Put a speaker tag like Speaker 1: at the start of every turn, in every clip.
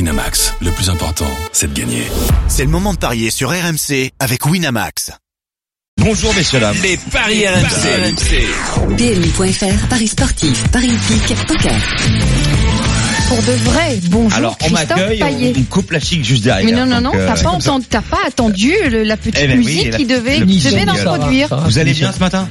Speaker 1: Winamax, le plus important, c'est de gagner.
Speaker 2: C'est le moment de parier sur RMC avec Winamax.
Speaker 3: Bonjour messieurs dames.
Speaker 4: Les paris RMC.
Speaker 5: PMU.fr, Paris sportif, Paris hippique, poker.
Speaker 6: Pour de vrai, bonjour
Speaker 3: Alors on
Speaker 6: Christophe
Speaker 3: m'accueille,
Speaker 6: Payet.
Speaker 3: on, on coupe la chic juste derrière.
Speaker 6: Mais non, non,
Speaker 3: Donc,
Speaker 6: non,
Speaker 3: euh,
Speaker 6: t'as
Speaker 3: c'est
Speaker 6: pas,
Speaker 3: comme ça.
Speaker 6: entendu, t'as pas attendu le- la petite
Speaker 3: Eh ben oui,
Speaker 6: musique
Speaker 3: la-
Speaker 6: qui devait,
Speaker 3: le
Speaker 6: qui
Speaker 3: petit
Speaker 6: devait
Speaker 3: jingle.
Speaker 6: l'introduire.
Speaker 3: Vous allez bien Eh ce matin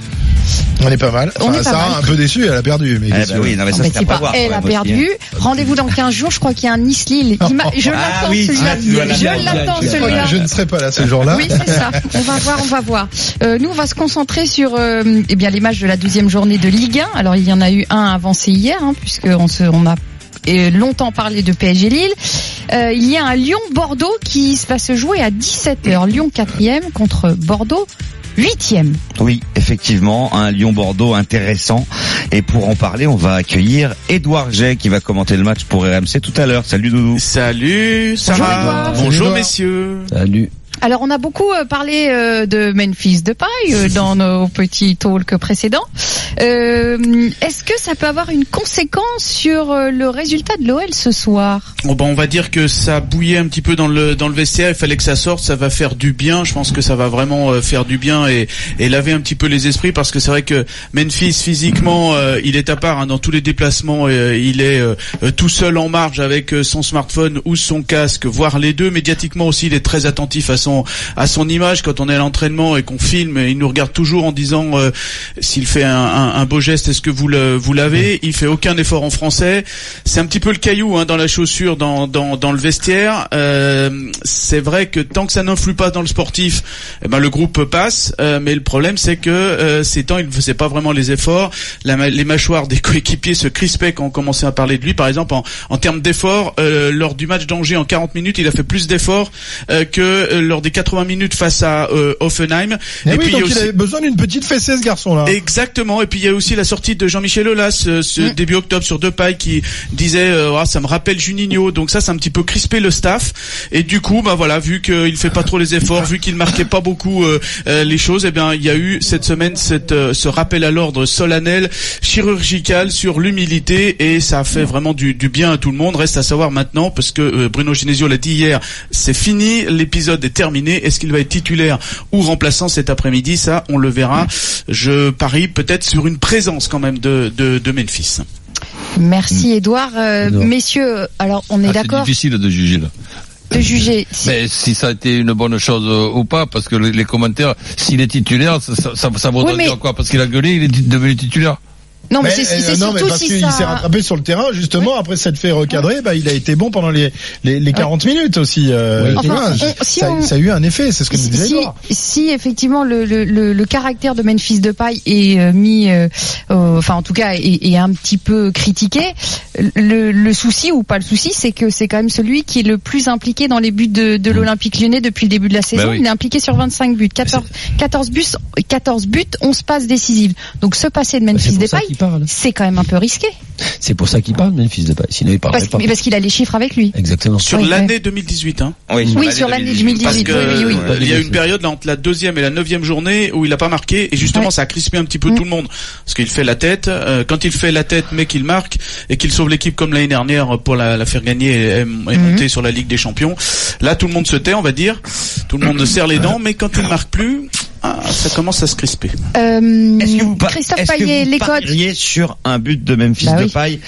Speaker 7: On est pas mal.
Speaker 6: On
Speaker 7: Enfin,
Speaker 6: est pas
Speaker 7: Sarah,
Speaker 6: mal.
Speaker 7: un peu déçue, elle a perdu. Mais
Speaker 3: Eh
Speaker 7: qu'est-ce
Speaker 3: ben
Speaker 7: que-
Speaker 3: oui, non mais ça
Speaker 6: Ah bah,
Speaker 3: c'est à
Speaker 6: c'est
Speaker 3: pas
Speaker 6: pas-
Speaker 3: voir.
Speaker 6: elle
Speaker 3: ouais,
Speaker 6: a
Speaker 3: moi aussi,
Speaker 6: perdu.
Speaker 3: hein.
Speaker 6: Rendez-vous dans 15 jours, je crois qu'il y a un Nice-Lille. Il m'a- Je
Speaker 3: Ah
Speaker 6: l'attends
Speaker 3: oui,
Speaker 6: celui-là.
Speaker 3: ah, tu vas l'attendre.
Speaker 6: Je l'attends
Speaker 7: Je crois
Speaker 6: celui-là.
Speaker 7: que je ne serai pas là ce jour-là.
Speaker 6: Oui, c'est ça. On va voir, on va voir. Euh, nous, on va se concentrer sur euh, eh bien, les matchs de la 12e journée de Ligue 1. Alors, il y en a eu un avancé hier, hein, puisqu'on se, on a euh, longtemps parlé de PSG Lille. Euh, il y a un Lyon-Bordeaux qui va se jouer à 17h. Lyon 4e contre Bordeaux 8e.
Speaker 3: Oui, effectivement, un Lyon-Bordeaux intéressant. Et pour en parler, on va accueillir Édouard Jay qui va commenter le match pour RMC tout à l'heure. Salut Doudou.
Speaker 4: Salut,
Speaker 6: Edouard.
Speaker 4: Sarah.
Speaker 7: Salut, Edouard.
Speaker 4: messieurs.
Speaker 3: Salut.
Speaker 6: Alors, on a beaucoup euh, parlé euh, de Memphis Depay euh, dans nos petits talks précédents. Euh, Est-ce que ça peut avoir une conséquence sur euh, le résultat de l'OL ce soir
Speaker 4: Bon, ben, on va dire que ça bouillait un petit peu dans le dans le vestiaire. Il fallait que ça sorte. Ça va faire du bien. Je pense que ça va vraiment euh, faire du bien et, et laver un petit peu les esprits parce que c'est vrai que Memphis physiquement, euh, il est à part hein, dans tous les déplacements. euh, il est euh, euh, tout seul en marge avec euh, son smartphone ou son casque, voire les deux. Médiatiquement aussi, il est très attentif à son à son image quand on est à l'entraînement et qu'on filme. Il nous regarde toujours en disant euh, s'il fait un, un- un beau geste, est-ce que vous le vous l'avez Il fait aucun effort en français. C'est un petit peu le caillou hein, dans la chaussure, dans, dans, dans le vestiaire. Euh, c'est vrai que tant que ça n'influe pas dans le sportif, eh ben, le groupe passe. Euh, mais le problème, c'est que euh, ces temps, il ne faisait pas vraiment les efforts. La ma- les mâchoires des coéquipiers se crispaient quand on commençait à parler de lui. Par exemple, en, en termes d'efforts, euh, lors du match d'Angers en 40 minutes, il a fait plus d'efforts euh, que euh, lors des 80 minutes face à euh, Hoffenheim.
Speaker 7: Eh oui, donc
Speaker 4: aussi-
Speaker 7: il avait besoin d'une petite fessée ce garçon-là.
Speaker 4: Exactement. Et puis il y a aussi la sortie de Jean-Michel Aulas ce, ce
Speaker 6: Mm.
Speaker 4: début octobre sur deux pailles qui disait euh, Ah, ça me rappelle Juninho. Donc ça, c'est un petit peu crispé le staff. Et du coup, bah voilà, vu qu'il fait pas trop les efforts, vu qu'il marquait pas beaucoup euh, euh, les choses, eh bien il y a eu cette semaine cette, euh, ce rappel à l'ordre solennel, chirurgical sur l'humilité et ça a fait
Speaker 6: Mm.
Speaker 4: vraiment du, du bien à tout le monde. Reste à savoir maintenant parce que euh, Bruno Genesio l'a dit hier, c'est fini, l'épisode est terminé. Est-ce qu'il va être titulaire ou remplaçant cet après-midi Ça, on le
Speaker 6: Mm.
Speaker 4: verra. Je parie peut-être sur une présence quand même de, de, de Memphis.
Speaker 7: Mm.
Speaker 6: Merci Edouard. Euh,
Speaker 8: Edouard.
Speaker 6: Messieurs, alors on est
Speaker 8: Ah, C'est
Speaker 6: d'accord
Speaker 8: difficile de juger là.
Speaker 6: de juger. Si-
Speaker 8: Mais si ça a été une bonne chose euh, ou pas, parce que les les commentaires, s'il est titulaire, ça, ça, ça, ça voudrait
Speaker 6: Oui, mais-
Speaker 8: dire quoi Parce qu'il a gueulé, il est tit- devenu titulaire.
Speaker 6: non, mais,
Speaker 7: Mais,
Speaker 6: c'est
Speaker 7: euh,
Speaker 6: c'est
Speaker 7: non, mais
Speaker 6: surtout
Speaker 7: parce
Speaker 6: si
Speaker 7: qu'il
Speaker 6: ça...
Speaker 7: s'est rattrapé sur le terrain, justement, après s'être fait recadrer, bah, il a été bon pendant les, les, les 40 minutes aussi. euh,
Speaker 6: Oui.
Speaker 7: tu
Speaker 6: Enfin,
Speaker 7: vois,
Speaker 6: on- si
Speaker 7: ça,
Speaker 6: on-
Speaker 7: ça a eu un effet, c'est ce que nous disait
Speaker 6: si,
Speaker 7: Edouard.
Speaker 6: si effectivement le, le, le, le caractère de Memphis Depay est euh, mis, euh, euh, enfin en tout cas est, est un petit peu critiqué, le, le souci ou pas le souci, c'est que c'est quand même celui qui est le plus impliqué dans les buts de,
Speaker 7: Mm.
Speaker 6: de l'Olympique Lyonnais depuis le début de
Speaker 7: Bah
Speaker 6: la saison.
Speaker 8: oui.
Speaker 6: Il est impliqué sur 25 buts, 14, 14 buts, 14 buts, 11 passes décisives. Donc se passer de
Speaker 7: Bah,
Speaker 6: Memphis Depay,
Speaker 9: parle.
Speaker 6: c'est quand même un peu risqué
Speaker 9: C'est pour ça qu'il parle, même fils de paille. Sinon, il parlerait
Speaker 6: parce,
Speaker 9: pas.
Speaker 6: mais parce qu'il a les chiffres avec lui.
Speaker 9: Exactement.
Speaker 4: Sur
Speaker 6: Oui, oui.
Speaker 4: l'année 2018, hein.
Speaker 6: Oui, sur l'année
Speaker 4: Parce
Speaker 6: 2018,
Speaker 4: que
Speaker 6: oui, oui, oui.
Speaker 4: euh, il y a eu une période là, entre la deuxième et la neuvième journée où il a pas marqué et justement
Speaker 6: Ouais.
Speaker 4: ça a crispé un petit peu
Speaker 6: Mm.
Speaker 4: tout le monde parce qu'il fait la tête. euh, quand il fait la tête mais qu'il marque et qu'il sauve l'équipe comme l'année dernière euh, pour la, la faire gagner et, et
Speaker 6: Mhm.
Speaker 4: monter sur la Ligue des Champions, là tout le monde se tait, on va dire, tout le monde serre les dents, mais quand il marque plus, ah, ça commence à se crisper.
Speaker 6: Euh,
Speaker 3: Est-ce que vous par-
Speaker 6: Christophe
Speaker 3: est-ce que
Speaker 6: Payet,
Speaker 3: vous
Speaker 6: les codes.
Speaker 3: parieriez sur un but de Memphis
Speaker 6: Bah oui.
Speaker 3: Depay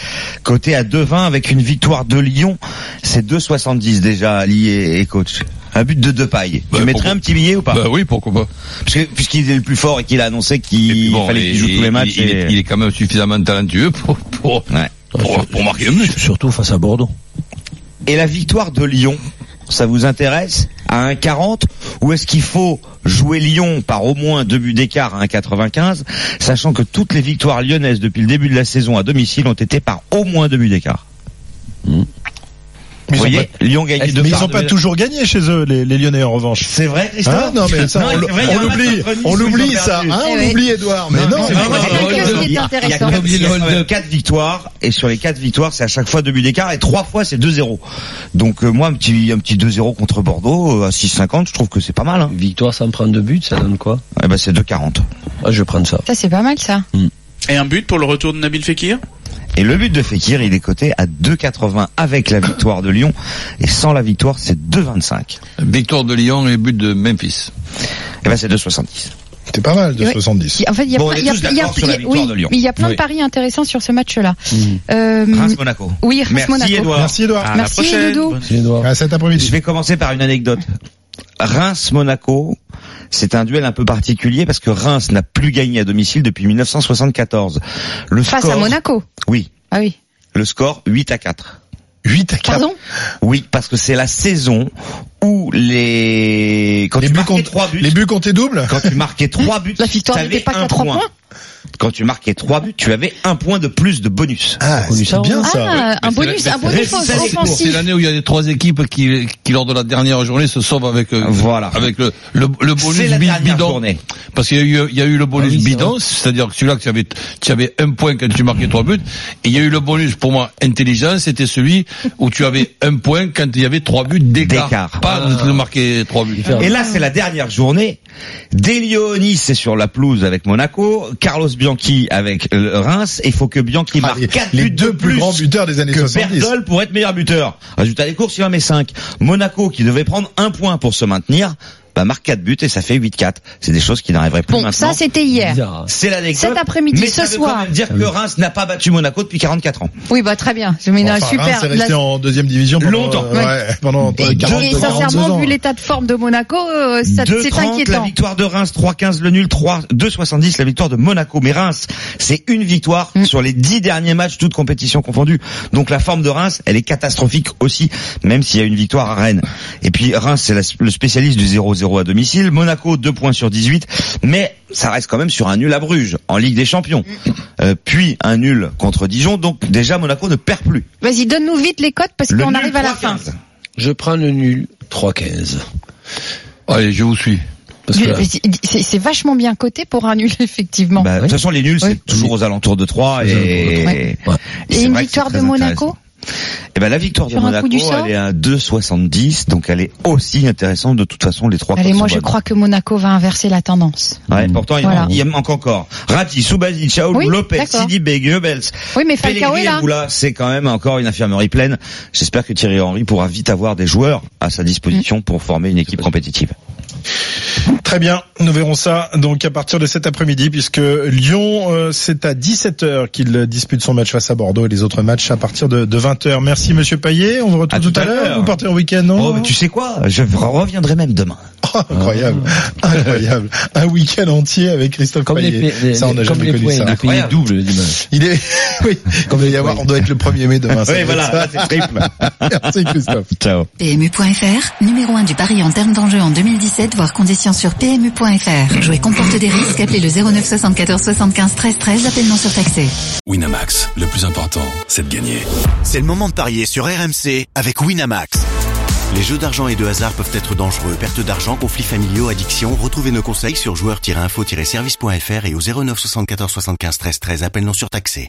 Speaker 3: côté à 2-20 avec une victoire de Lyon C'est 2,70 déjà Ali et, et coach. Un but de Depay.
Speaker 8: Bah,
Speaker 3: tu mettrais
Speaker 8: pourquoi-
Speaker 3: un petit billet ou pas
Speaker 8: Bah oui, pourquoi pas
Speaker 3: Parce que- Puisqu'il est le plus fort et qu'il a annoncé
Speaker 8: Et puis
Speaker 3: qu'il
Speaker 8: bon,
Speaker 3: fallait qu'il
Speaker 8: et-
Speaker 3: joue tous
Speaker 8: et-
Speaker 3: les matchs.
Speaker 8: Il, il est,
Speaker 3: et-
Speaker 8: il est quand même suffisamment talentueux pour pour,
Speaker 3: Ouais.
Speaker 8: pour, pour marquer un but.
Speaker 9: Surtout face à Bordeaux.
Speaker 3: Et la victoire de Lyon, ça vous intéresse à 1,40 ou est-ce qu'il faut jouer Lyon par au moins deux buts d'écart à 1,95, sachant que toutes les victoires lyonnaises depuis le début de la saison à domicile ont été par au moins deux buts d'écart
Speaker 7: Mais
Speaker 8: Hmm.
Speaker 3: Vous
Speaker 7: ils ont
Speaker 3: voyez, Lyon gagne deux
Speaker 7: Mais ils
Speaker 3: par
Speaker 7: n'ont
Speaker 3: deux
Speaker 7: pas
Speaker 3: buts.
Speaker 7: toujours gagné chez eux, les, les Lyonnais, en revanche.
Speaker 3: C'est vrai,
Speaker 7: Hein
Speaker 3: Christophe
Speaker 7: non, mais ça,
Speaker 3: Non,
Speaker 7: on
Speaker 3: c'est vrai, il y a un match
Speaker 7: l'oublie,
Speaker 3: contre Nice
Speaker 7: on
Speaker 3: où ils ont
Speaker 7: l'oublie ça,
Speaker 3: perdu.
Speaker 7: hein,
Speaker 6: Eh
Speaker 7: on
Speaker 6: oui.
Speaker 7: oublie Edouard, mais non,
Speaker 6: non,
Speaker 7: c'est
Speaker 6: non,
Speaker 7: pas
Speaker 6: non,
Speaker 7: vrai.
Speaker 6: non, quelque chose qui est
Speaker 3: Il y a- il y a
Speaker 6: intéressant.
Speaker 3: quatre-
Speaker 9: Oubliez
Speaker 3: il y
Speaker 9: le
Speaker 3: a
Speaker 9: hold-up.
Speaker 3: quatre victoires et sur les quatre victoires, c'est à chaque fois deux buts d'écart et trois fois c'est 2-0. Donc euh, moi un petit un petit 2-0 contre Bordeaux euh, à 6,50, je trouve que c'est pas mal. Hein.
Speaker 9: Victoire sans prendre de but, ça donne quoi
Speaker 3: Eh ben c'est 2,40.
Speaker 9: Ah, je vais prendre ça.
Speaker 3: Hmm.
Speaker 6: Ça c'est pas mal ça.
Speaker 4: Et un but pour le retour de Nabil Fekir
Speaker 3: Et le but de Fekir, il est coté à 2,80 avec la victoire de Lyon. Et sans la victoire, c'est 2,25.
Speaker 8: Victoire de Lyon et but de Memphis.
Speaker 3: Et ben c'est 2,70.
Speaker 7: C'était pas mal de
Speaker 6: Oui.
Speaker 7: 70.
Speaker 6: En fait, il y a
Speaker 3: Bon,
Speaker 6: plein-
Speaker 3: on est
Speaker 6: il y a-
Speaker 3: tous
Speaker 6: il y a-
Speaker 3: d'accord sur la
Speaker 6: il y a-
Speaker 3: victoire de
Speaker 6: oui,
Speaker 3: Lyon.
Speaker 6: mais il y a plein de
Speaker 3: Oui. Hmm.
Speaker 6: paris intéressants sur ce match-là. Euh,
Speaker 3: Reims-Monaco.
Speaker 6: oui, Reims
Speaker 3: Merci
Speaker 6: Monaco.
Speaker 3: Edouard.
Speaker 7: Merci Edouard.
Speaker 4: À la
Speaker 6: Merci,
Speaker 4: prochaine.
Speaker 6: Doudou.
Speaker 4: Bonne-
Speaker 9: les doigts.
Speaker 7: À cet
Speaker 3: Je
Speaker 7: après-midi.
Speaker 3: vais commencer par une anecdote. Reims-Monaco, c'est un duel un peu particulier parce que Reims n'a plus gagné à domicile depuis 1974. Le
Speaker 6: Face
Speaker 3: score,
Speaker 6: à Monaco.
Speaker 3: Oui,
Speaker 6: Ah oui.
Speaker 3: le score 8 à 4.
Speaker 7: 8 à 4.
Speaker 6: Pardon
Speaker 3: Oui, parce que c'est la saison où les quand
Speaker 7: Les
Speaker 3: tu
Speaker 7: buts,
Speaker 3: marquais
Speaker 7: comptent,
Speaker 3: trois buts,
Speaker 7: les buts comptaient double
Speaker 3: quand tu marquais trois buts,
Speaker 6: La victoire
Speaker 3: t'avais
Speaker 6: n'était pas
Speaker 3: un
Speaker 6: qu'à trois
Speaker 3: point.
Speaker 6: points.
Speaker 3: Quand tu marquais trois buts, tu avais un point de plus de bonus.
Speaker 7: Ah,
Speaker 9: connu ça, hein.
Speaker 7: c'est bien ça.
Speaker 6: Ah, un
Speaker 8: Mais c'est
Speaker 6: bonus,
Speaker 8: la-
Speaker 6: un
Speaker 8: mais
Speaker 6: bonus
Speaker 3: c'est- c'est- c'est-
Speaker 8: C'est
Speaker 6: offensif.
Speaker 8: l'année où il y a les trois équipes qui, qui lors de la dernière journée se sauvent avec euh,
Speaker 3: Voilà.
Speaker 8: avec le le, le bonus
Speaker 3: c'est la
Speaker 8: bi-
Speaker 3: dernière
Speaker 8: bidon.
Speaker 3: journée.
Speaker 8: Parce qu'il y a eu il y a eu le bonus
Speaker 9: Ah oui, c'est
Speaker 8: bidon, c'est-à-dire que celui-là que tu avais tu avais un point quand tu marquais trois buts et il y a eu le bonus pour moi intelligent, c'était celui où tu avais un point quand il y avait trois buts d'écart.
Speaker 3: D'écart.
Speaker 8: Pas de marquer trois buts.
Speaker 9: Différent.
Speaker 6: Ah.
Speaker 3: Et là, c'est la dernière journée. Delioni, c'est sur la pelouse avec Monaco. Carlos Bianchi avec euh, Reims. Et il faut que Bianchi
Speaker 7: Ah,
Speaker 3: marque
Speaker 7: les-
Speaker 3: quatre
Speaker 7: les
Speaker 3: buts
Speaker 7: deux
Speaker 3: de
Speaker 7: plus grands buteurs des années
Speaker 3: que
Speaker 7: 70.
Speaker 3: Berthold pour être meilleur buteur. Résultat des courses, il en met 5. Monaco, qui devait prendre un point pour se maintenir, bah, marque 4 buts et ça fait 8-4. C'est des choses qui n'arriveraient plus
Speaker 6: Bon,
Speaker 3: maintenant.
Speaker 6: ça c'était hier.
Speaker 9: Bizarre. hein.
Speaker 3: C'est l'anecdote.
Speaker 6: Cet après-midi,
Speaker 3: Mais
Speaker 6: ce
Speaker 3: ça veut
Speaker 6: soir.
Speaker 3: quand même
Speaker 7: Ah
Speaker 3: dire que Reims n'a pas battu Monaco depuis 44 ans.
Speaker 6: Oui, bah très bien. Je mets
Speaker 7: Bon,
Speaker 6: un
Speaker 7: enfin, Reims
Speaker 6: super.
Speaker 7: est resté
Speaker 6: la-
Speaker 7: en deuxième division pendant,
Speaker 3: Longtemps.
Speaker 7: euh, ouais, pendant
Speaker 6: Et,
Speaker 7: 40,
Speaker 6: et
Speaker 7: 42
Speaker 6: sincèrement,
Speaker 7: ans.
Speaker 6: vu l'état de forme de Monaco, euh, ça- c'est
Speaker 3: 2,30 la
Speaker 6: inquiétant.
Speaker 3: victoire de Reims, 3,15 le nul, 3, 2,70 la victoire de Monaco. Mais Reims, c'est une victoire
Speaker 6: Mm.
Speaker 3: sur les 10 derniers matchs, toutes compétitions confondues. Donc la forme de Reims, elle est catastrophique aussi, même s'il y a une victoire à Rennes. Et puis Reims, c'est la- le spécialiste du 0-0 à domicile. Monaco, 2 points sur 18. Mais ça reste quand même sur un nul à Bruges, en Ligue des Champions.
Speaker 6: Mm.
Speaker 3: Euh, puis un nul contre Dijon. Donc déjà, Monaco ne perd plus.
Speaker 6: Vas-y, donne-nous vite les cotes parce
Speaker 3: Le
Speaker 6: qu'on
Speaker 3: nul,
Speaker 6: arrive à la fin.
Speaker 3: 3,15.
Speaker 9: Je prends le nul 3-15.
Speaker 8: Allez, je vous suis.
Speaker 9: Parce que là,
Speaker 6: C'est c'est vachement bien coté pour un nul, effectivement.
Speaker 3: Bah, De toute façon, les nuls,
Speaker 6: Oui.
Speaker 3: c'est toujours aux alentours de
Speaker 9: Aux
Speaker 3: 3
Speaker 9: alentours de
Speaker 3: et...
Speaker 6: trois.
Speaker 9: Ouais.
Speaker 3: et
Speaker 6: et
Speaker 3: c'est
Speaker 6: une
Speaker 3: vrai que
Speaker 6: victoire
Speaker 3: c'est
Speaker 6: de
Speaker 3: très
Speaker 6: Monaco
Speaker 3: Eh ben la victoire
Speaker 6: Sur
Speaker 3: de
Speaker 6: un
Speaker 3: Monaco,
Speaker 6: coup du sort
Speaker 3: elle est à 2,70, donc elle est aussi intéressante de toute façon les trois.
Speaker 6: Allez,
Speaker 3: cotes
Speaker 6: moi
Speaker 3: sont
Speaker 6: je
Speaker 3: bonnes.
Speaker 6: crois que Monaco va inverser la tendance.
Speaker 3: Ouais, pourtant il
Speaker 6: Voilà.
Speaker 3: manque- il manque encore. Rati, Subasic, Chaoul,
Speaker 6: Oui,
Speaker 3: Lopez,
Speaker 6: d'accord.
Speaker 3: Sidi Bey, Goebbels,
Speaker 6: Oui, mais Falcao est
Speaker 3: Pellegrini,
Speaker 6: là.
Speaker 3: Angoula, c'est quand même encore une infirmerie pleine. J'espère que Thierry Henry pourra vite avoir des joueurs à sa disposition pour former une équipe compétitive.
Speaker 7: Très bien, nous verrons ça donc à partir de cet après-midi puisque Lyon euh, c'est à 17h qu'il dispute son match face à Bordeaux et les autres matchs à partir de, 20h. Merci monsieur Payet, on vous retrouve
Speaker 3: À
Speaker 7: tout, à l'heure. Vous partez en week-end non
Speaker 3: Oh, mais tu sais quoi Je reviendrai même demain.
Speaker 7: Oh, Incroyable,
Speaker 3: Ah.
Speaker 7: incroyable, un week-end entier avec Christophe
Speaker 9: Comme les,
Speaker 7: Payet.
Speaker 9: les-
Speaker 7: ça on n'a
Speaker 9: les- comme
Speaker 7: jamais
Speaker 9: les
Speaker 7: connu
Speaker 9: points,
Speaker 7: ça.
Speaker 9: les pays
Speaker 3: Incroyable.
Speaker 9: doubles le dimanche.
Speaker 7: Il est, oui, comme il va y avoir, on doit être le 1er mai demain. ça
Speaker 3: Oui,
Speaker 7: doit
Speaker 3: voilà,
Speaker 7: être
Speaker 3: là,
Speaker 7: ça.
Speaker 3: Ah, c'est triple.
Speaker 7: Merci Christophe.
Speaker 3: Ciao.
Speaker 5: PMU.fr, numéro 1 du pari en termes d'enjeu en 2017, voire conditions sur PMU.fr. Jouer comporte des risques, appelez le 09 74 75 13 13, appel non surtaxé.
Speaker 1: Winamax, le plus important, c'est de gagner.
Speaker 2: C'est le moment de parier sur RMC avec Winamax. Les jeux d'argent et de hasard peuvent être dangereux. Perte d'argent, conflits familiaux, addiction. Retrouvez nos conseils sur joueurs-info-service.fr et au 09 74 75 13 13. Appel non surtaxé.